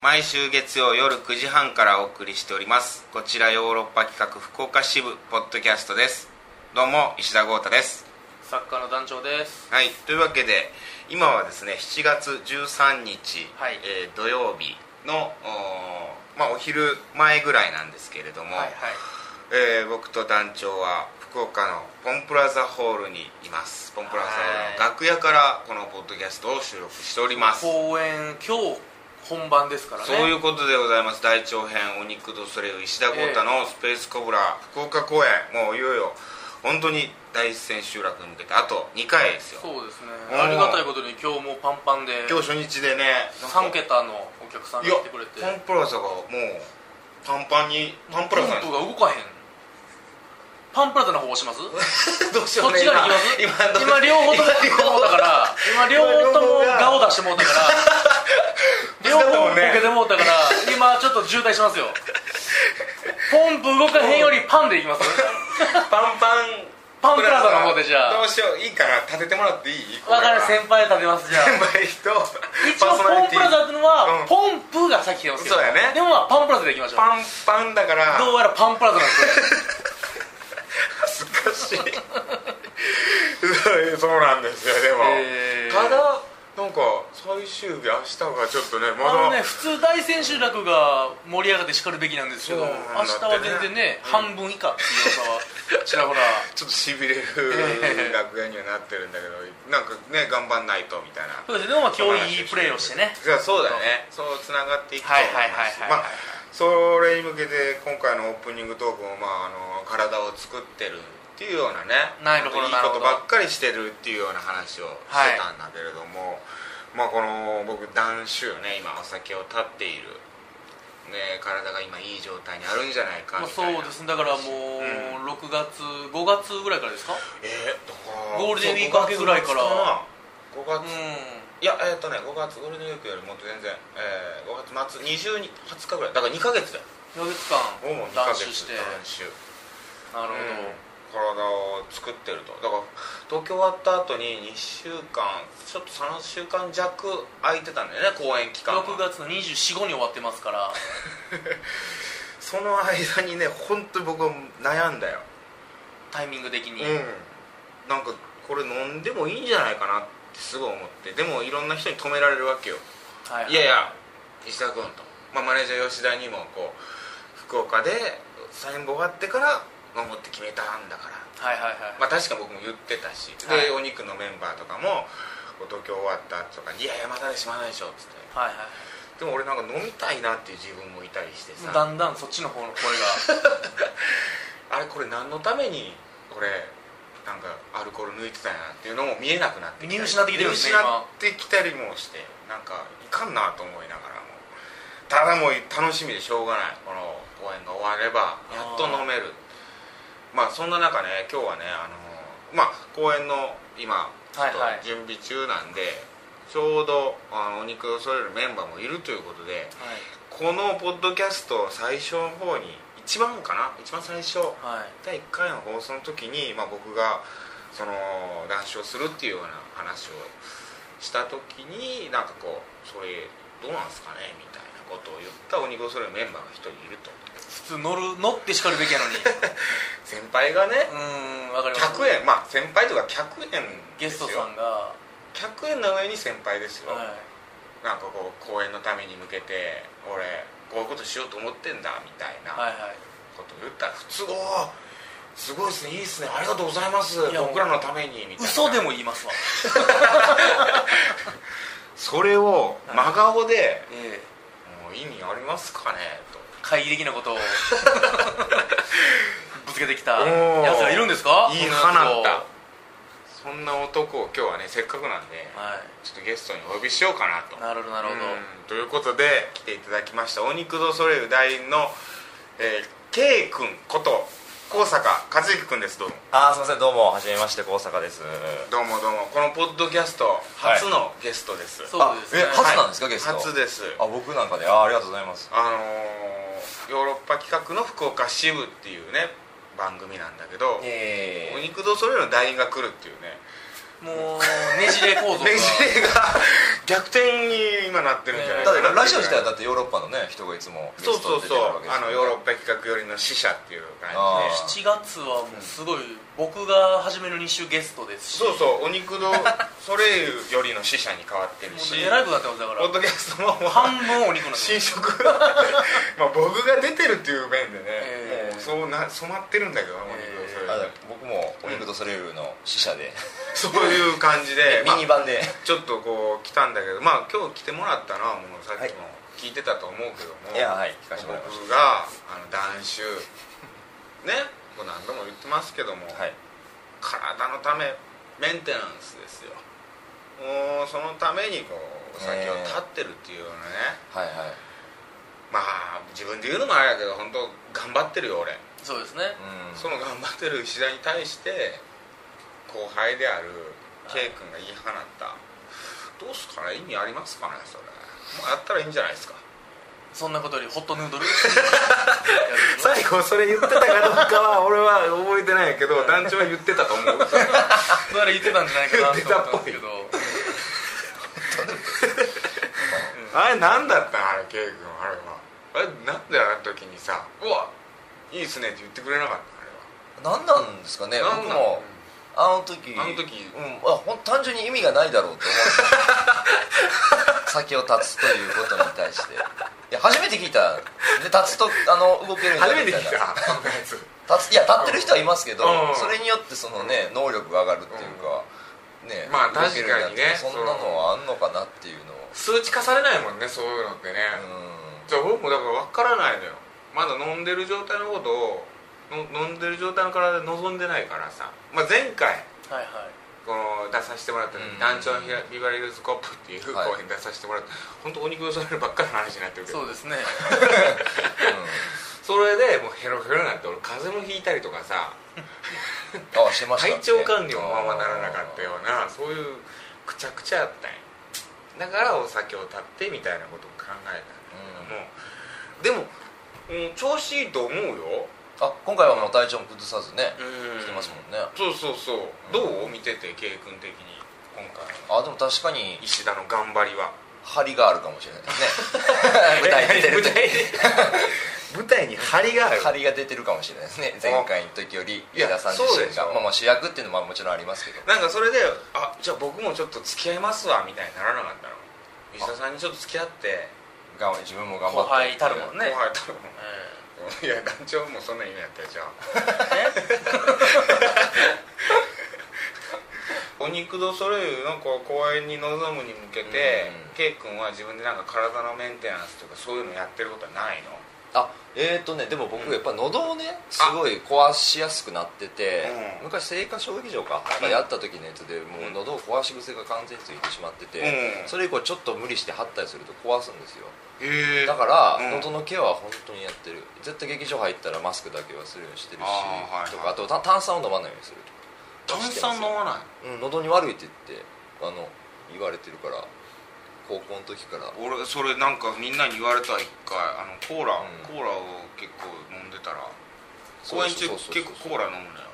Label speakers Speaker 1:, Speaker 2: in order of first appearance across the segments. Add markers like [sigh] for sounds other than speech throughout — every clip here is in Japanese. Speaker 1: 毎週月曜夜9時半からお送りしておりますこちらヨーロッパ企画福岡支部ポッドキャストですどうも石田豪太です
Speaker 2: 作家の団長です
Speaker 1: はいというわけで今はですね7月13日、
Speaker 2: はい
Speaker 1: えー土曜日のお,、まあ、お昼前ぐらいなんですけれども、えー僕と団長は福岡のポンプラザホールにいますポンプラザホールの楽屋からこのポッドキャストを収録しております
Speaker 2: 公演今日本番ですからね
Speaker 1: そういうことでございます大長編「お肉とそれを石田豪太のスペースコブラ」福岡公演もういよいよ本当に第一線集落に向けてあと2回ですよ
Speaker 2: そうですね
Speaker 1: うん
Speaker 2: ありがたいことに今日もうパンパンで
Speaker 1: 今日初日でねなんか
Speaker 2: 3桁のお客さん
Speaker 1: い
Speaker 2: が
Speaker 1: や
Speaker 2: 来てくれて
Speaker 1: パンプラザがもうパンパンにパンプラザなん
Speaker 2: ン
Speaker 1: で
Speaker 2: プが動かへんパンプラザの方押しま
Speaker 1: [laughs]
Speaker 2: す
Speaker 1: すどうし
Speaker 2: そっち側に行きます
Speaker 1: 今今どう
Speaker 2: 今両方とも
Speaker 1: 今両方
Speaker 2: だから今両方とも顔出してもう
Speaker 1: [laughs]
Speaker 2: たから
Speaker 1: 両
Speaker 2: 両
Speaker 1: 方
Speaker 2: 方
Speaker 1: が
Speaker 2: ボケてもうたから今ちょっと渋滞しますよ
Speaker 1: [laughs]
Speaker 2: ポンプ動かへんよりパンでい
Speaker 1: [laughs]
Speaker 2: きます
Speaker 1: パンパン
Speaker 2: パンプラザの方でじゃあ
Speaker 1: どうしよういいかな立ててもらっていい
Speaker 2: 分かる
Speaker 1: 先
Speaker 2: 先輩立てますじゃあ
Speaker 1: 輩と
Speaker 2: 一応ポンプラザっていうのは、
Speaker 1: うん
Speaker 2: ポンプが先来てますけど
Speaker 1: そうやね
Speaker 2: でもまあパンプラザでいきましょう
Speaker 1: パンパンだから
Speaker 2: どうやらパンプラザなんですよ
Speaker 1: 恥ずかしい [laughs] そうなんですよでも、
Speaker 2: えー
Speaker 1: ただなんか最終日明日がちょっとねま
Speaker 2: あの
Speaker 1: だ
Speaker 2: ね普通大千秋楽が盛り上がってしかるべきなんですけ
Speaker 1: そ
Speaker 2: ど、
Speaker 1: うなんだ
Speaker 2: 明
Speaker 1: って
Speaker 2: 日
Speaker 1: ね
Speaker 2: は全然ね、半分以下っていう噂はちらほら
Speaker 1: ちょっとしびれる
Speaker 2: えー
Speaker 1: 楽屋にはなってるんだけどなんかね頑張んないとみたいな
Speaker 2: そうですねでもまあ今日いいプレーをしてね
Speaker 1: じゃあそうだねそうつながっていくと
Speaker 2: は
Speaker 1: 思
Speaker 2: い
Speaker 1: い
Speaker 2: はいはい
Speaker 1: ます
Speaker 2: は
Speaker 1: まあそれに
Speaker 2: い
Speaker 1: 向けて今回のオープニングトークも、まあ、あの体を作ってるっていうようなね
Speaker 2: なるほ
Speaker 1: いい
Speaker 2: ど
Speaker 1: こと
Speaker 2: なるほど
Speaker 1: ばっかりしてるっていうような話をしてたんだけれども、まあこの僕男子をね今お酒を絶っている、ね、体が今いい状態にあるんじゃないか
Speaker 2: まあ、
Speaker 1: み
Speaker 2: そ
Speaker 1: たいな、
Speaker 2: うですねだからも
Speaker 1: う
Speaker 2: う6月5月ぐらいからですか
Speaker 1: えーだから
Speaker 2: ゴールデンウィーク明けぐらいから
Speaker 1: 5月
Speaker 2: うん
Speaker 1: 末いやえっ、とね5月ゴールデンウィークよりもっと全然、えー、5月末20に20日ぐらいだから2ヶ月だよ
Speaker 2: 4月間
Speaker 1: もう2
Speaker 2: 断
Speaker 1: ヶ
Speaker 2: 酒
Speaker 1: 月
Speaker 2: して
Speaker 1: 断酒
Speaker 2: なるほど、
Speaker 1: 体を作ってるとだから東京終わった後に2週間ちょっと3週間弱空いてたんだよね公演期間が
Speaker 2: 6月の245に終わってますから
Speaker 1: その間にね本当に僕は悩んだよ
Speaker 2: タイミング的に、
Speaker 1: うんなんかこれ飲んでもいいんじゃないかなってすごい思ってでもいろんな人に止められるわけよ
Speaker 2: はいはい
Speaker 1: やいや石田君と、まあ、マネージャー吉田にもこう福岡でサインボがあってから飲むって決めたんだから
Speaker 2: はいはいはい、
Speaker 1: まあ、確か僕も言ってたし、
Speaker 2: は
Speaker 1: で
Speaker 2: い
Speaker 1: お肉のメンバーとかもこう東京終わった後とかに「いやいやまだでしまだでしょ」っつって
Speaker 2: はいはい
Speaker 1: でも俺なんか飲みたいなっていう自分もいたりしてさ
Speaker 2: だんだんそっちの方の声が
Speaker 1: あれこれ何のためにこれなんかアルコール抜いてたんやなっていうのも見えなくなってきたり
Speaker 2: 見失ってきてる
Speaker 1: 見失ってきたり
Speaker 2: んですね
Speaker 1: もしてなんかいかんなと思いながらもただもう楽しみでしょうがないこの公演が終わればやっと飲めるまあそんな中ね今日はねあのまあ公演の今ちょっと
Speaker 2: はいはい
Speaker 1: 準備中なんで、ちょうどあのお肉をそれるメンバーもいるということでこのポッドキャスト最初の方に一番かな一番最初
Speaker 2: はい、はい、
Speaker 1: 第1回の放送の時に、まあ、僕がその談笑するっていうような話をした時になんかこうそれどうなんすかねみたいなことを言った鬼越ソレメンバーが一人いると
Speaker 2: 普通乗る乗ってしかるべきやのにう
Speaker 1: 先輩がね
Speaker 2: ーんわかります
Speaker 1: 100円まあ先輩とか100円
Speaker 2: ゲスト
Speaker 1: ですよ
Speaker 2: さんが、
Speaker 1: 100円の上に先輩ですよ、
Speaker 2: は
Speaker 1: なんかこう公演のために向けて俺こういうことしようと思ってんだみたい
Speaker 2: い、はい
Speaker 1: な
Speaker 2: は
Speaker 1: こと言ったら普通おーすごいですねいいですねありがとうございます
Speaker 2: いや
Speaker 1: 僕らのためにみたい
Speaker 2: い
Speaker 1: な
Speaker 2: 嘘でも言いますわ
Speaker 1: それを真顔で
Speaker 2: ええ
Speaker 1: 「もう意味ありますかね?」と
Speaker 2: 懐疑的
Speaker 1: [laughs]
Speaker 2: なことをぶつけてきた
Speaker 1: おー
Speaker 2: やつがいるんですか
Speaker 1: 言い
Speaker 2: こ
Speaker 1: 放
Speaker 2: んなやつを
Speaker 1: ったそんな男を今日はねせっかくなんで
Speaker 2: は
Speaker 1: ちょっとゲストにお呼びしようかないと
Speaker 2: なるほどなるほど、
Speaker 1: うんということで来ていただきましたお肉ドソレイユ団員の、えー、K 君こと高坂和之君ですどうも
Speaker 3: あーすいませんどうもはじめまして高坂です
Speaker 1: どうもどうもこのポッドキャスト
Speaker 3: はい
Speaker 1: 初のゲストです、
Speaker 2: そうですね
Speaker 3: あえ初なんですかゲスト
Speaker 1: 初です
Speaker 3: あ僕なんかであーありがとうございます
Speaker 1: あのーヨーロッパ企画の福岡支部っていうね番組なんだけど、
Speaker 3: え
Speaker 1: お肉どそれの団員が来るっていうね
Speaker 2: もうねじれ構造が
Speaker 1: ねじれが逆転に今なってるんじゃない
Speaker 3: だ
Speaker 1: かなっ
Speaker 3: って
Speaker 1: ていう
Speaker 3: ラジオ自体はだってヨーロッパのね人がいつもゲ
Speaker 1: そう
Speaker 3: ス
Speaker 1: そ
Speaker 3: ト
Speaker 1: う
Speaker 3: で出
Speaker 1: そ
Speaker 3: て
Speaker 1: う
Speaker 3: るわけです
Speaker 1: あのヨーロッ
Speaker 3: パ
Speaker 1: パ企画寄りの死者っていう感
Speaker 3: あー
Speaker 1: じで
Speaker 2: 7月はもうすごい僕が初めの2週ゲストですし
Speaker 1: そうそうお肉のソレイユよりの死者に変わってるし
Speaker 2: もうえらいことなってますだか
Speaker 1: ポッ
Speaker 2: ら
Speaker 1: ドキャストももう
Speaker 2: 半分お肉なんです
Speaker 1: 新色 [laughs] まあ僕が出てるっていう面でね、
Speaker 2: えー
Speaker 1: もうそうな染まってるんだけどなお肉のソレイユ
Speaker 3: あ僕も「お肉とそれゆる」の死者で、
Speaker 1: そういう感じで
Speaker 3: [laughs] ミニ版で、
Speaker 1: ちょっとこう来たんだけどまあ今日来てもらったのはもうさっきも聞いてたと思うけども、
Speaker 3: いやはい聞かせて
Speaker 1: 僕
Speaker 3: もらいまし
Speaker 1: があの断酒ねこう何度も言ってますけども、
Speaker 3: たはい
Speaker 1: 体のためメンテナンスですよもうそのためにこうお酒を
Speaker 3: ねえ
Speaker 1: 断ってるっていうようなね、
Speaker 3: はいはい
Speaker 1: まあ自分で言うのもあれだけど本当頑張ってるよ俺、
Speaker 2: そうですね
Speaker 3: うん
Speaker 1: その頑張ってる石田に対して後輩である K 君が言い放った、どうすかね意味ありますかねそれもうやったらいいんじゃないですか
Speaker 2: そんなことよりホットヌー [laughs] ドル
Speaker 1: 最後それ言ってたかどうかは俺は覚えてないけど団長は言ってたと思う
Speaker 2: だから言ってたんじゃないかなと思ったんですけど
Speaker 1: あれ何だったんあれ K 君あれはあれなんであの時にさ「うわいいっすね」って言ってくれなかった
Speaker 3: 何なんですかね
Speaker 1: あれは
Speaker 3: 僕もあの時
Speaker 1: あの時
Speaker 3: うんあほん単純に意味がないだろうと思って先を立つということに対していや初めて聞いたで立つとあの動けるんだ
Speaker 1: 初め
Speaker 3: み
Speaker 1: て
Speaker 3: たい
Speaker 1: 聞い
Speaker 3: な
Speaker 1: たあのやつ
Speaker 3: 立ついや立ってる人はいますけど、
Speaker 1: うん
Speaker 3: それによってそのね能力が上がるっていうか、ね
Speaker 1: まあ
Speaker 3: 動けるようになって
Speaker 1: 確かにね
Speaker 3: そんなのはあんのかなっていうのを
Speaker 1: 数値化されないもんねそういうのってね、じゃあ僕もだから分からないのよまだ飲んでる状態のことをの飲んでる状態の体で望んでないからさ、まあ、前回
Speaker 2: はいはい
Speaker 1: この出させてもらったのに「
Speaker 3: うん
Speaker 1: 団長のビバリーヒルズコップ」っていう
Speaker 3: はい
Speaker 1: 公演出させてもらって、本当お肉をそれるばっかりの話になってるけど
Speaker 2: そうですね
Speaker 1: それでもうヘロヘロになって俺風邪もひいたりとかさ
Speaker 3: うんあしてました
Speaker 1: 体調管理もままならなかったようなそういうくちゃくちゃやったんやだからお酒を断ってみたいなことを考えたけども、でも、うん、調子いいと思うよ
Speaker 3: ああ今回はもう体調も崩さずね
Speaker 1: うん
Speaker 3: 来てますもんね
Speaker 1: そうそうそう、どう見てて K 君的に今回の
Speaker 3: あでも確かに
Speaker 1: 石田の頑張りは
Speaker 3: 張りがあるかもしれないですね
Speaker 1: [laughs]
Speaker 3: 舞台に出る
Speaker 1: 舞
Speaker 3: と
Speaker 1: 台に [laughs] 舞台に張りがある
Speaker 3: 張りが出てるかもしれないですね前回の時より
Speaker 1: いや
Speaker 3: 矢田さん自
Speaker 1: そう
Speaker 3: 身
Speaker 1: でしょ
Speaker 3: が、まあ、まあ主役っていうのもまあもちろんありますけど
Speaker 1: なんかそれであじゃあ僕もちょっと付き合いますわみたいにならなかったの石田さんにちょっと付き合って
Speaker 3: が自分も頑張
Speaker 2: 後
Speaker 3: って
Speaker 2: 輩たるもんね
Speaker 1: 後輩とも
Speaker 2: え
Speaker 1: いや団長もそんな夢やったじゃん [laughs]
Speaker 2: えね
Speaker 1: お肉どそれゆのこう公演に臨むに向けて
Speaker 3: うん
Speaker 1: K 君は自分でなんか体のメンテナンスとかそういうのやってることはないの
Speaker 3: あえーとねでも僕やっぱ喉をねすごい壊しやすくなってて、
Speaker 1: うん
Speaker 3: 昔生花小劇場か、
Speaker 1: うん
Speaker 3: やった時のやつでもう喉を壊し癖が完全についてしまってて、
Speaker 1: うん
Speaker 3: それ以降ちょっと無理して張ったりすると壊すんですよ
Speaker 1: へ
Speaker 3: だから
Speaker 1: うん
Speaker 3: 喉のケアは本当にやってる絶対劇場入ったらマスクだけはするようにしてるし
Speaker 1: あーはいはい
Speaker 3: とかあとた炭酸を飲まないようにするとか
Speaker 1: 炭酸飲まない
Speaker 3: うん、喉に悪いって言ってあの言われてるから高校の時から
Speaker 1: 俺それなんかみんなに言われた一回あのコーラ、
Speaker 3: うん
Speaker 1: コーラを結構飲んでたら公演中
Speaker 3: そうそうそうそ
Speaker 1: 結
Speaker 3: う
Speaker 1: 構コーラ飲むのよ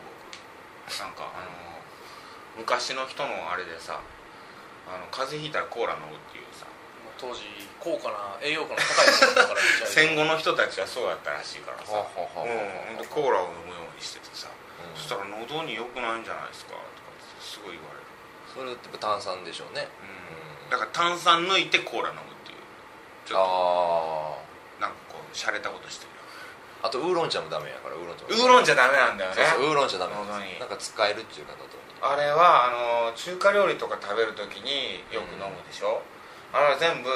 Speaker 1: 僕なんかあの昔の人のあれでさあの風邪ひいたらコーラ飲むっていうさ
Speaker 2: 当時高価な栄養価の高いものだからめちゃ
Speaker 1: 戦後の人たちはそうだったらしいからさ
Speaker 3: はあはあはあは
Speaker 1: うん
Speaker 3: あ
Speaker 1: ほんでコーラを飲むようにしててさ、
Speaker 3: うん
Speaker 1: そしたら喉に良くないんじゃないですかとかってすごい言われる、
Speaker 3: それってやっぱ炭酸でしょうね
Speaker 1: うん、だから炭酸抜いてコーラ飲むっていうちょっ
Speaker 3: ああ
Speaker 1: となんかこう洒落たことしてるよ
Speaker 3: あとウーロン茶もダメやからウーロン茶も
Speaker 1: ウーロンじゃダメなんだよね
Speaker 3: そうそうウーロン茶ダメなん
Speaker 1: 喉
Speaker 3: で
Speaker 1: に
Speaker 3: すなんか使えるっていう方と
Speaker 1: あれはあの中華料理とか食べる時によく飲むでしょ、あれは全部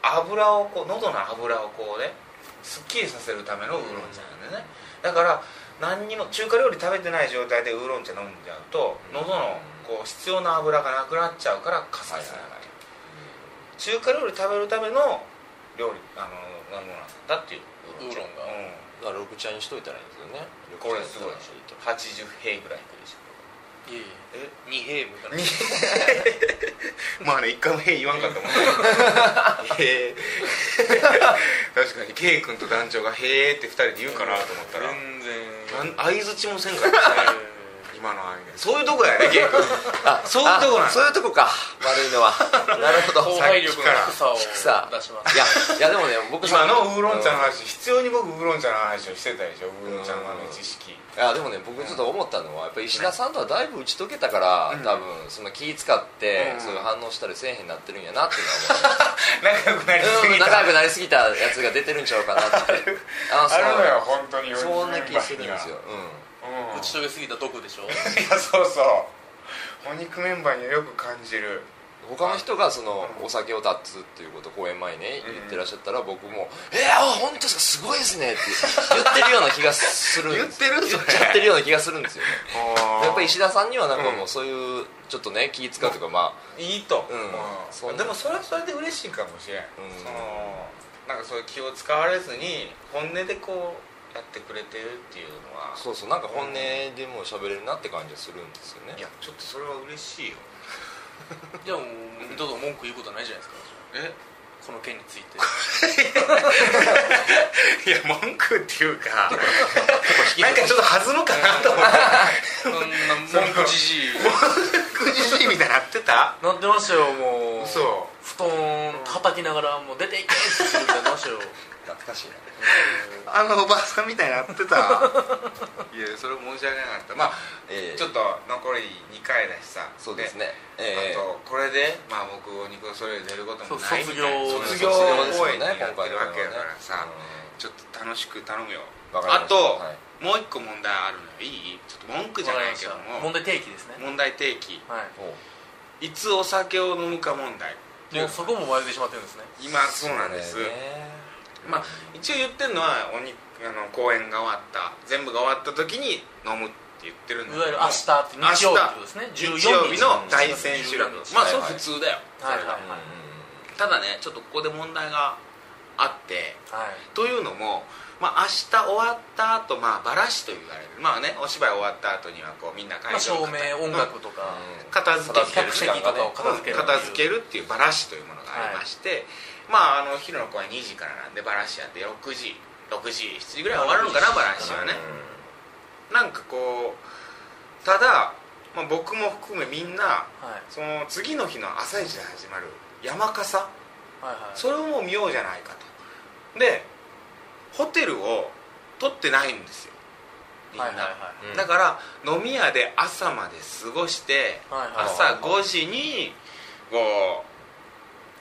Speaker 1: 油をこう喉の油をこうねすっきりさせるためのウーロン茶なんだよね、だから何にも中華料理食べてない状態でウーロン茶飲んじゃうと
Speaker 3: うん
Speaker 1: 喉のこう必要な油がなくなっちゃうからカサカサになる、中華料理食べるための料理あの飲むものなんだっていうウーロン茶
Speaker 2: ウーロンが
Speaker 1: うん
Speaker 3: だから緑茶にしといたらいいんですよね
Speaker 1: これすごい
Speaker 3: 緑茶にしとたら
Speaker 1: 80平ぐらいいくでしょ
Speaker 2: いいえ
Speaker 1: え
Speaker 2: 2平米から
Speaker 1: [laughs] まあね一回も「へい」言わんかった
Speaker 3: [laughs]
Speaker 1: もんね「へえ」確かに K 君と団長が「へえ」って二人で言うかなと思ったら
Speaker 2: 全然
Speaker 1: なん相づちもせんかったね
Speaker 2: えー
Speaker 1: 今のアイデアそういうとこやね
Speaker 3: [laughs]
Speaker 1: 結局
Speaker 3: あ
Speaker 1: そういうとこなん
Speaker 3: あそういうとこか悪いの
Speaker 1: [laughs]
Speaker 3: はなるほど
Speaker 2: 後輩力の低さを出
Speaker 3: 低
Speaker 2: し
Speaker 3: さ
Speaker 2: ます
Speaker 3: いやいやでもね僕さ
Speaker 1: 今のウーロン茶の話必要に僕ウーロン茶の話をしてたでしょウーロン茶の豆知識
Speaker 3: いやでもね僕ちょっと思ったのはやっぱり石田さんとはだいぶ打ち解けたから、
Speaker 1: うん
Speaker 3: 多分その気使って、
Speaker 1: うん
Speaker 3: そういう反応したりせえへんなってるんやなっていう
Speaker 1: [laughs] 仲良くなりす
Speaker 3: のは思う、う
Speaker 1: ぎ
Speaker 3: ん、
Speaker 1: た
Speaker 3: 仲良くなりすぎたやつが出てるんちゃうかなって
Speaker 1: [laughs]
Speaker 3: あ
Speaker 1: あるのよ本当に
Speaker 3: そうそんな気するんですよ、
Speaker 1: うん
Speaker 2: 打ち解けすぎた毒でしょ
Speaker 1: いやそうそうお肉メンバーによく感じる
Speaker 3: うん、他の人がその
Speaker 1: うん
Speaker 3: お酒を断つっていうことを公演前にね
Speaker 1: うん
Speaker 3: 言ってらっしゃったら僕も「えー、あ本当ですかすごいですね」って言ってるような気がするんです
Speaker 1: 言ってるそ
Speaker 3: 言
Speaker 1: れ
Speaker 3: っちゃっ
Speaker 1: [laughs]
Speaker 3: てるような気がするんですよねやっぱり石田さんにはなんかも
Speaker 1: う
Speaker 3: うそういうちょっとね気使うというかまあ
Speaker 1: いいと、
Speaker 3: うんそ
Speaker 1: うんでもそれはそれで嬉しいかもしれん、
Speaker 3: うん
Speaker 1: そのなんかそういう気を使われずに本音でこうやってくれてるっていうのは
Speaker 3: そうそうなんか本音でも喋れるなって感じはするんですよね
Speaker 1: いやちょっとそれは嬉しいよ
Speaker 2: じゃあもう二度と文句言うことはないじゃないですか
Speaker 1: え
Speaker 2: この件について
Speaker 1: [laughs] いや文句っていうか
Speaker 3: 結構
Speaker 1: なん
Speaker 3: 引き
Speaker 1: かちょっと弾むかなと思っ
Speaker 2: そんな文句じじい
Speaker 1: て9時みたいになってた
Speaker 2: なってましたよもう
Speaker 1: 嘘
Speaker 2: 布団叩きながらもう出ていけって言ってましたよ
Speaker 3: 懐かしいな
Speaker 1: あのおばあさんみたいになってた [laughs] いやそれ申し訳なかったまあ、
Speaker 3: ええ
Speaker 1: ちょっと残り2回だしさ
Speaker 3: そうですねええ
Speaker 1: あとこれで、まあ、僕お肉をそれで出ることもない
Speaker 2: そう
Speaker 1: みたいな
Speaker 2: 卒
Speaker 1: 卒
Speaker 2: 業
Speaker 1: 業
Speaker 3: そう
Speaker 1: 応
Speaker 3: です
Speaker 1: 援
Speaker 3: よ
Speaker 1: にやってる
Speaker 3: ね今回の
Speaker 1: わけだか
Speaker 3: は
Speaker 1: ら
Speaker 3: ね
Speaker 1: さ、
Speaker 3: うん
Speaker 1: ちょっと楽しく頼むよ
Speaker 3: わかりました
Speaker 1: あと、
Speaker 3: はい
Speaker 1: もう一個問題あるのよいいちょっと文 [laughs] 句じゃないけども
Speaker 2: 問題提起ですね
Speaker 1: 問題提起
Speaker 2: はい
Speaker 3: おう
Speaker 1: いつお酒を飲むか問題
Speaker 2: もうそこも迷ってしまってるんですね
Speaker 1: 今そうなんです、
Speaker 3: それね
Speaker 1: まあ一応言ってるのはおにあの公演が終わった全部が終わった時に飲むって言ってるんだ
Speaker 2: い
Speaker 1: け
Speaker 2: わ
Speaker 1: ど
Speaker 2: ゆる明日って日曜日ってことですね
Speaker 1: 日
Speaker 2: 14
Speaker 1: 曜日の大選手
Speaker 2: 16
Speaker 1: 楽
Speaker 2: 日
Speaker 1: まあ
Speaker 3: はい
Speaker 1: それ
Speaker 3: はい
Speaker 1: 普通だよ、
Speaker 2: はいはい
Speaker 1: それが
Speaker 3: うん
Speaker 1: ただねちょっとここで問題があって
Speaker 2: はい
Speaker 1: というのも、まあ、明日終わった後、まあバラしと言われるまあねお芝居終わった後にはこうみんな会
Speaker 2: まあ、照
Speaker 1: 場を片
Speaker 2: 明音楽とか、
Speaker 3: うん
Speaker 1: 片付け
Speaker 2: 客席とかを片付ける
Speaker 1: 片付けるっていうバラシというものがありまして、まああの昼の公演2時からなんでバラシやって6時6時7時ぐらい終わるのかなバラシはねなんかこうただ、まあ、僕も含めみんな
Speaker 2: はい
Speaker 1: その次の日の朝一で始まる山笠
Speaker 2: はいはい
Speaker 1: それをもう見ようじゃないかとでホテルを取ってないんですよみんな、
Speaker 2: はいはいはい
Speaker 3: うん
Speaker 1: だから飲み屋で朝まで過ごして
Speaker 2: はいはい
Speaker 1: 朝5時にこ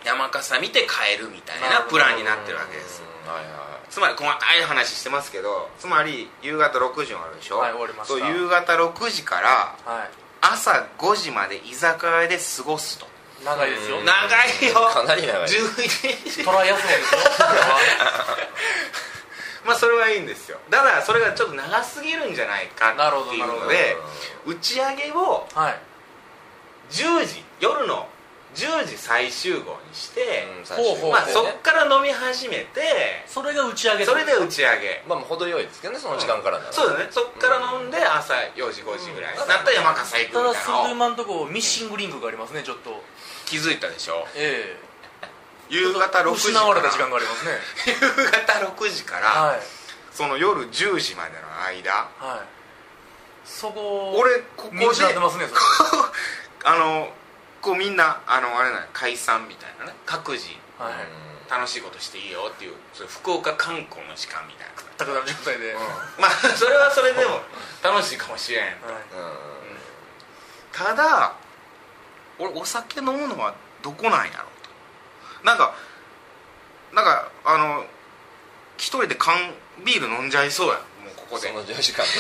Speaker 1: う山笠見て帰るみたい
Speaker 2: なる
Speaker 1: な
Speaker 2: ほど
Speaker 1: プランになってるわけです
Speaker 3: うんはいはい
Speaker 1: つまり細かい話してますけどつまり夕方6時に終わるでしょ、
Speaker 2: はい終わりました
Speaker 1: そう夕方6時から
Speaker 2: はい
Speaker 1: 朝5時まで居酒屋で過ごすと
Speaker 2: 長いですよ
Speaker 3: うん
Speaker 1: 長いよ
Speaker 3: [laughs] かなり長い
Speaker 1: 11時
Speaker 2: トライアスロンですよ
Speaker 1: [laughs] まあそれはいいんですよただそれがちょっと長すぎるんじゃないか
Speaker 2: なるほ
Speaker 1: っ
Speaker 2: ど
Speaker 1: ていうの
Speaker 2: な
Speaker 1: で打ち上げを
Speaker 2: はい
Speaker 1: 10時夜の10時最終号にして、
Speaker 3: うん最終
Speaker 2: ほうほう
Speaker 1: まあ
Speaker 3: ね
Speaker 1: そっから飲み始めて
Speaker 2: それが打ち上げ
Speaker 1: それで打ち上げ
Speaker 3: まあまあ程よいですけどねその時間からなら
Speaker 1: そうだねそっから飲んで朝4時5時ぐらいになったら山笠行くみ
Speaker 2: ただ
Speaker 1: たい
Speaker 2: そ
Speaker 1: なの
Speaker 2: れと
Speaker 1: を
Speaker 2: 今のところミッシングリングがありますねちょっと
Speaker 1: 気づいたでしょ
Speaker 2: え
Speaker 1: 夕方6時
Speaker 2: 失
Speaker 1: か
Speaker 2: わ
Speaker 1: ら
Speaker 2: れた時間がありますね
Speaker 1: [laughs] 夕方6時から、
Speaker 2: はい
Speaker 1: その夜10時までの間
Speaker 2: はいそこ
Speaker 1: 俺ここで
Speaker 2: 見失ってますねそれ
Speaker 1: あのこうみんなあのあれなの解散みたいなね各自
Speaker 2: はい
Speaker 3: うん
Speaker 1: 楽しいことしていいよっていうそういう福岡観光の時間みたいな、
Speaker 2: 全くなる状態で、はい
Speaker 1: まあ [laughs] それはそれでも楽しいかもしれん
Speaker 3: うん
Speaker 1: ただ俺お酒飲むのはどこなんやろうとなんかなんかあの一人で缶ビール飲んじゃいそうやもうここで
Speaker 3: その10時間で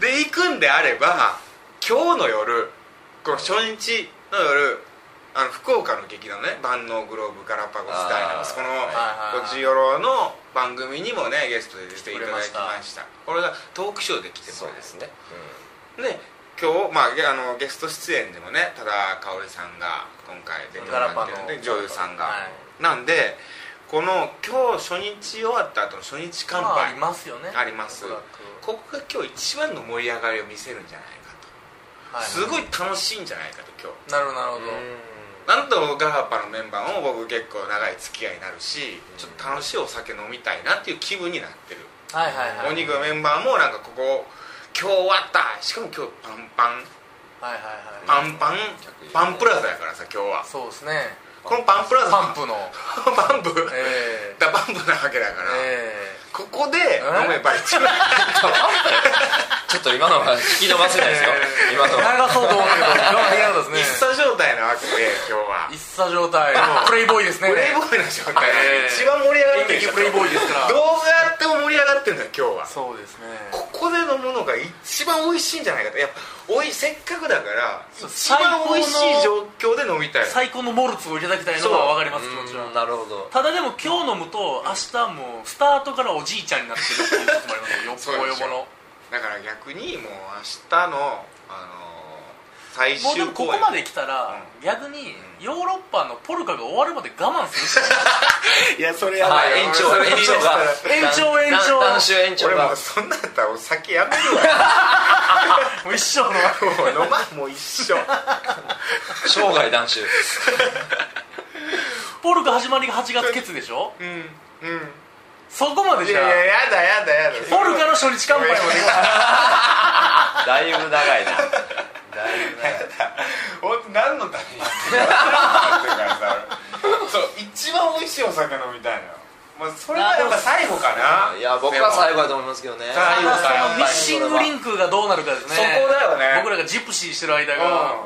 Speaker 1: で行くんであれば今日の夜この初日の夜あの福岡の劇団のね万能グローブガラパゴスダイナマス
Speaker 3: あー
Speaker 1: この
Speaker 2: はい
Speaker 1: 「
Speaker 2: はい
Speaker 1: こちよろ」の番組にもねゲストで出ていただきま
Speaker 2: 来てくれま
Speaker 1: したこれがトークショーで来ても
Speaker 3: そう
Speaker 1: ら
Speaker 3: で
Speaker 1: え
Speaker 3: すね
Speaker 1: で今日、まあ、ゲあのゲスト出演でもね多田香織さんが今回出てもらってるんで
Speaker 2: ガラパの
Speaker 1: 女優さんが、
Speaker 2: はい
Speaker 1: なんでこの今日初日終わった後の初日乾
Speaker 2: まああ
Speaker 1: 杯
Speaker 2: りますよね
Speaker 1: あります
Speaker 2: おそらく
Speaker 1: ここが今日一番の盛り上がりを見せるんじゃないかと
Speaker 2: はい
Speaker 1: すごい楽しいんじゃないかと今日
Speaker 2: なるほどなる
Speaker 3: う
Speaker 2: ほど、
Speaker 1: なんとガラッパのメンバーも僕結構長い付き合いになるしちょっと楽しいお酒飲みたいなっていう気分になってる
Speaker 2: はいはいはいはい
Speaker 1: お肉のメンバーもなんかここ今日終わったしかも今日パンパン
Speaker 2: はいはいは
Speaker 1: パンパンパンプラザやからさ今日はい
Speaker 2: そうですね
Speaker 1: このパンプラザ
Speaker 2: パンプの
Speaker 1: [laughs] パンプ
Speaker 2: ええ
Speaker 1: だパンプなわけだから、
Speaker 2: ええ
Speaker 1: ここで飲めば一番
Speaker 3: ちょっと今のは聞き逃せないですよ今のは
Speaker 2: 流そうと思うけど我慢できなかったで
Speaker 1: 一
Speaker 2: すね
Speaker 1: 茶状態なわけで今日は
Speaker 2: 一茶状態プレイボーイですね
Speaker 1: プレイボーイの状態が一番盛り上がるんでしょ
Speaker 2: 演劇プレイボーイですから
Speaker 1: どうやっても盛り上がってるんだよ今日は
Speaker 2: そうですね
Speaker 1: ここで飲むのが一番美味しいんじゃないかとやっぱおいせっかくだから
Speaker 2: そう
Speaker 1: 一番美味しい
Speaker 2: 最
Speaker 1: 状況で飲みたい
Speaker 2: 最高のモルツをいただきたいのは分かります気持ちは
Speaker 3: うんなるほど
Speaker 2: ただでも今日飲むと明日もうスタートからおじいちゃんになってるっていうこともあります
Speaker 1: そ
Speaker 2: よ
Speaker 1: う
Speaker 2: よ
Speaker 1: で
Speaker 2: っ
Speaker 1: し
Speaker 2: ぽ
Speaker 1: ょ
Speaker 2: よぼの
Speaker 1: だから逆にもう明日の、あのー最
Speaker 2: もうで
Speaker 1: 終
Speaker 2: もこ
Speaker 1: 公
Speaker 2: こ
Speaker 1: 演
Speaker 2: まで来たら逆にヨーロッパのポルカが終わるまで我慢するしかない
Speaker 1: いやそれやば
Speaker 3: はい
Speaker 1: い [laughs]
Speaker 3: 延長延長が
Speaker 2: 延長延長
Speaker 3: 短縮延長
Speaker 1: 俺も
Speaker 3: が
Speaker 1: うそんなんやったらお酒やめる
Speaker 2: もう一生の
Speaker 1: [laughs] わもう飲まんもう一緒
Speaker 2: [laughs]
Speaker 3: 生涯断酒
Speaker 2: ポルカ始まりが8月ケツでしょ
Speaker 1: うんうん
Speaker 2: そこまで
Speaker 1: い
Speaker 2: じゃ
Speaker 1: や
Speaker 2: あ
Speaker 1: いややだやだやだ
Speaker 2: ポルカの初日乾杯まで
Speaker 3: だいぶ長いなだいぶ長い
Speaker 1: 俺何のためにやってるからさそう一番美味しいお酒飲みたいのよ、まあ、それはやっぱ最後かない
Speaker 3: や僕は最
Speaker 1: 後
Speaker 3: 後だと思いますけどね
Speaker 1: 最後か
Speaker 2: そ
Speaker 1: や
Speaker 2: の
Speaker 1: っ
Speaker 2: ミ
Speaker 1: ぱ
Speaker 2: ッ
Speaker 1: り
Speaker 2: シングリンクがどうなるかですね
Speaker 1: そこだよね
Speaker 2: 僕らがジプシーしてる間が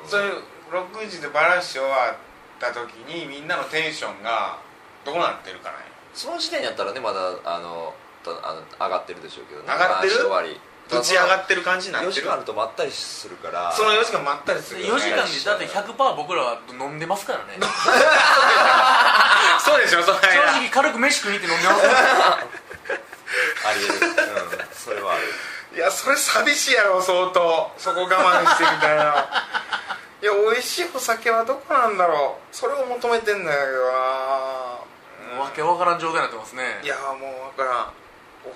Speaker 1: うんそれ6時でバラし終わった時にみんなのテンションがどうなってるかね
Speaker 3: その時点やったらねまだあのとあの上がってるでしょうけどね
Speaker 1: 上がってる
Speaker 3: 話終わり
Speaker 1: ぶち上が
Speaker 3: っ
Speaker 1: ってる感じになって
Speaker 3: 4
Speaker 1: る
Speaker 3: 時間あるとまったりするから
Speaker 1: その4時間まったりする
Speaker 2: 4時間でだって
Speaker 1: 100
Speaker 2: 100%僕らは飲んでますからね
Speaker 1: そうでしょその
Speaker 2: 正
Speaker 1: 間
Speaker 2: 直軽く飯食いに行って飲んでますから
Speaker 3: ありえるうんそれはある
Speaker 1: いやそれ寂しいやろ相当そこ我慢してみたい
Speaker 2: [laughs]
Speaker 1: ないや美味しいお酒はどこなんだろうそれを求めてんだけどな
Speaker 2: わけわからん状態になってますね
Speaker 1: いやもう分からん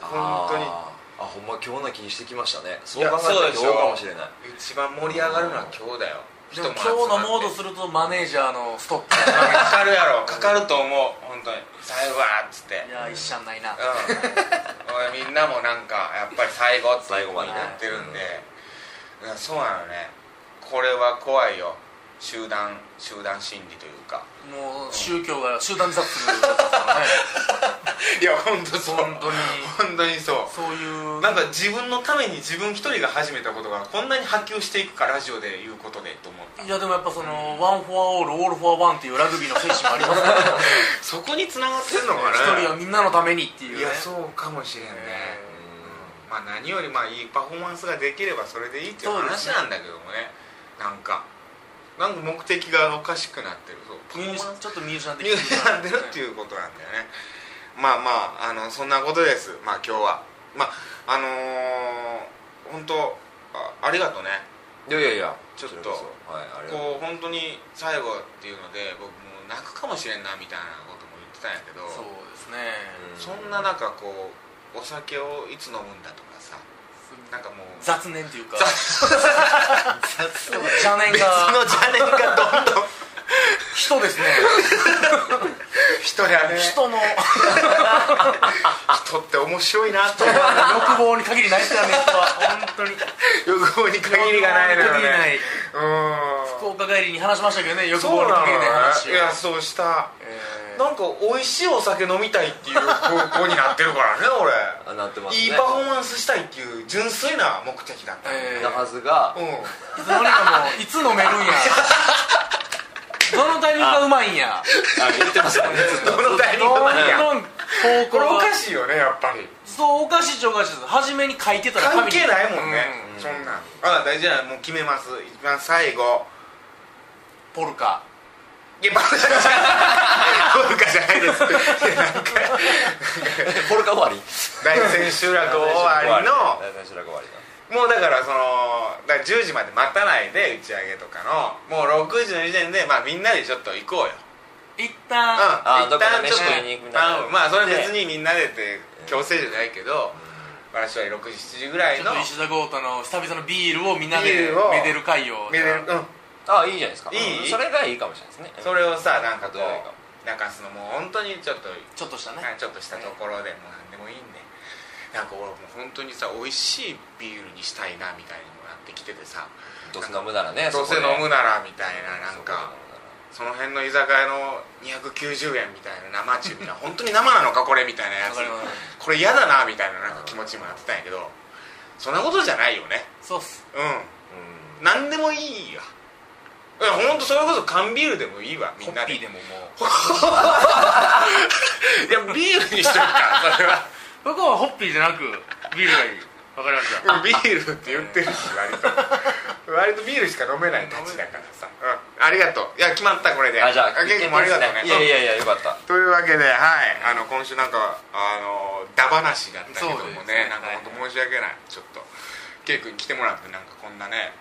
Speaker 1: 本当に
Speaker 3: あーあほんま今日な気にしてきましたねそ
Speaker 1: いうや
Speaker 3: 考
Speaker 1: そう
Speaker 3: えたら
Speaker 1: でしょ
Speaker 3: そうかもしれない
Speaker 1: 一番盛り上がるのは今日だよ
Speaker 2: でも今日のモード
Speaker 1: る
Speaker 2: するとマネージャーのストップ
Speaker 1: かかるやろかかると思う本当に最後はっつって
Speaker 2: いや一社ない
Speaker 1: う
Speaker 2: な
Speaker 1: ん、おいみんなもなんかやっぱり最後って
Speaker 3: 最後までね
Speaker 1: なってるんで、いやそうなのねこれは怖いよ集団集団心理というか
Speaker 2: もう宗教が集団自殺するやつですからね
Speaker 1: いや本当そう
Speaker 2: 本当
Speaker 1: 本
Speaker 2: に
Speaker 1: 当にそ
Speaker 2: そういう
Speaker 1: うなんか自分のために自分一人が始めたことがこんなに波及していくかラジオで言うことでと思った
Speaker 2: いやでもやっぱそのワン・フォア・オール・オール・フォア・ワンっていうラグビーの精神もありますから
Speaker 1: そこに繋がってんのか
Speaker 2: 一
Speaker 1: な
Speaker 2: 人はみんなのためにってい
Speaker 1: い
Speaker 2: うね
Speaker 1: やそうかもしれんね、まあ何よりまあいいパフォーマンスができればそれでいいっていう
Speaker 2: そうで
Speaker 1: 話
Speaker 2: すね
Speaker 1: なんだけどもねなんかなんか目的がおかしくなってるそうパフォー
Speaker 2: 見
Speaker 1: マ
Speaker 2: 失
Speaker 1: ンス
Speaker 2: ちょっと見失って
Speaker 1: に選んでるって
Speaker 2: う
Speaker 1: いうことなんだよねまあまああのそんなことですまあ今日はまああのー、本当あありがとね
Speaker 3: いやいやいや
Speaker 1: ちょっと
Speaker 3: それこそはいありがと
Speaker 1: こ
Speaker 3: う
Speaker 1: う本当に最後っていうので僕もう泣くかもしれんなみたいなことも言ってたんやけど
Speaker 2: そうです
Speaker 1: そ
Speaker 2: ね
Speaker 3: うん
Speaker 1: んな中こうお酒をいつ飲むんだとかさなんかもう
Speaker 2: 雑念というか邪念
Speaker 1: 別
Speaker 2: が
Speaker 1: の邪念がどんどん
Speaker 2: 人ですね
Speaker 1: 人やね
Speaker 2: 人の [laughs]
Speaker 1: 人って面白いなと思う
Speaker 2: 欲望に限りないですからね人は本当に
Speaker 1: 欲望に限りがないのよ
Speaker 2: 限りな
Speaker 1: ね
Speaker 2: いう福岡帰りに話しましたけどね
Speaker 1: ん
Speaker 2: 欲
Speaker 1: そう
Speaker 2: 望に
Speaker 1: なの
Speaker 2: 限りない話
Speaker 1: ね
Speaker 2: を
Speaker 1: いやそうした
Speaker 2: えー
Speaker 1: なんか美味しいお酒飲みたいっていう方向になってるからね
Speaker 3: あなってま
Speaker 1: 俺
Speaker 3: すね
Speaker 1: いいパフォーマンスしたいっていう純粋な目的だった、
Speaker 2: え
Speaker 3: なはずが
Speaker 1: うん
Speaker 2: いつの間にかもういつ飲めるんやどのタイミングがうまいんや
Speaker 3: あ言ってますね
Speaker 1: [laughs] どのタイミングまでや
Speaker 2: どんどん方
Speaker 1: こ
Speaker 2: 向
Speaker 1: れお
Speaker 2: が
Speaker 1: かしいよねやっぱり
Speaker 2: そうおかしいっちゃおかしいです初めに書いてたら
Speaker 1: 関
Speaker 2: 紙に
Speaker 1: 係ないもんね、
Speaker 2: うん
Speaker 1: そんなんあ大事なのもう決めます一番最後
Speaker 2: ポルカ
Speaker 1: いや [laughs] バカじゃないバカじゃないですいやなんか
Speaker 3: ポルカ終わり
Speaker 1: 大千秋楽終わりの
Speaker 3: 大体白終わり
Speaker 1: もうだからそのだから10時まで待たないで打ち上げとかのもう6時の時点でまあみんなでちょっと行こうよ、
Speaker 2: 一
Speaker 1: うん、
Speaker 2: 旦
Speaker 3: あ
Speaker 1: 一
Speaker 3: どっか
Speaker 1: 旦
Speaker 3: で
Speaker 1: ちょっ
Speaker 3: 飯
Speaker 1: と
Speaker 3: 食いに行くみたいな
Speaker 1: うんまあそれ別にみんなでって強制じゃないけど私は6時7時ぐら
Speaker 2: ち
Speaker 1: い
Speaker 2: ょっ
Speaker 1: の
Speaker 2: と石田豪太の久々のビールをみんな
Speaker 1: ビー
Speaker 2: で
Speaker 1: ルを
Speaker 2: めでる会を
Speaker 1: めでるうん
Speaker 3: だあいいじゃないですか
Speaker 1: いい
Speaker 3: それがいいかもしれないですね
Speaker 1: それをさなんかこ
Speaker 3: どういうか
Speaker 1: うなんかそのもう本当にちょっと
Speaker 2: ちょっとしたね
Speaker 1: はいちょっとしたところでもう何でもいいんでなんか俺もう本当にさ美味しいビールにしたいなみたいにもなってきててさ
Speaker 3: どうせ飲むならね
Speaker 1: どうせ
Speaker 3: そこで
Speaker 1: 飲むならみたいななん
Speaker 3: そこ
Speaker 1: か
Speaker 3: で飲むなら
Speaker 1: その辺の居酒屋の290円みたいな生中みたいな本当に生なのかこれみたいなや
Speaker 2: わ
Speaker 1: つ
Speaker 2: かります
Speaker 1: これ嫌だなみたいななんか気持ちもなってたんやけどそんなことじゃないよね
Speaker 2: そうっす
Speaker 1: う
Speaker 3: うん
Speaker 1: ん何でもいいわいや本当それこそ缶ビールでもいいわみんなで
Speaker 2: コピーでももう
Speaker 1: いやビールにしとくからそれは
Speaker 2: 僕はホッピーじゃなくビールがいいわかりました
Speaker 1: ビールって言ってるし割と割とビールしか飲めないたちだからさ、うん、ありがとういや決まったこれで
Speaker 3: あじゃあ
Speaker 1: 結構もありがとうね
Speaker 3: いやいやいやよかった
Speaker 1: というわけで、はい、あの今週なんかあのダ話だったけども
Speaker 2: そうです
Speaker 1: ね
Speaker 2: ね
Speaker 1: なんか本当申し訳ない、ちょっとケイ君に来てもらってなんかこんなね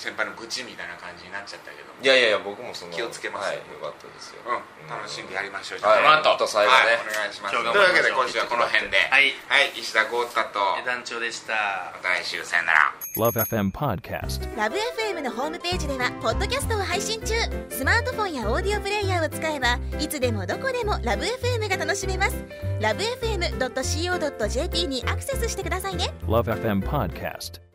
Speaker 1: 先輩の愚痴みたいな感じになっちゃったけども
Speaker 3: いやいやいや僕もその
Speaker 1: 気をつけます
Speaker 3: はいよかったですよ
Speaker 1: うん、楽しんでやりましょう、
Speaker 3: はい
Speaker 1: じゃあ
Speaker 2: この後
Speaker 1: はい
Speaker 3: 最後ね
Speaker 1: お願いしますとい
Speaker 2: 今日
Speaker 1: う
Speaker 2: 頑
Speaker 1: わ
Speaker 2: 張り
Speaker 1: け
Speaker 2: ま
Speaker 1: で
Speaker 2: し
Speaker 1: 今週は
Speaker 2: ょう
Speaker 1: この辺では
Speaker 2: はい
Speaker 1: い、石田豪太とま
Speaker 2: 団長でした
Speaker 1: た来週さよなら
Speaker 4: Love FM Podcast.
Speaker 5: ラブ f m のホームページではポッドキャストを配信中スマートフォンやオーディオプレイヤーを使えばいつでもどこでもラブ f m が楽しめますラブ FM.co.jp にアクセスしてくださいね
Speaker 4: Love FM Podcast.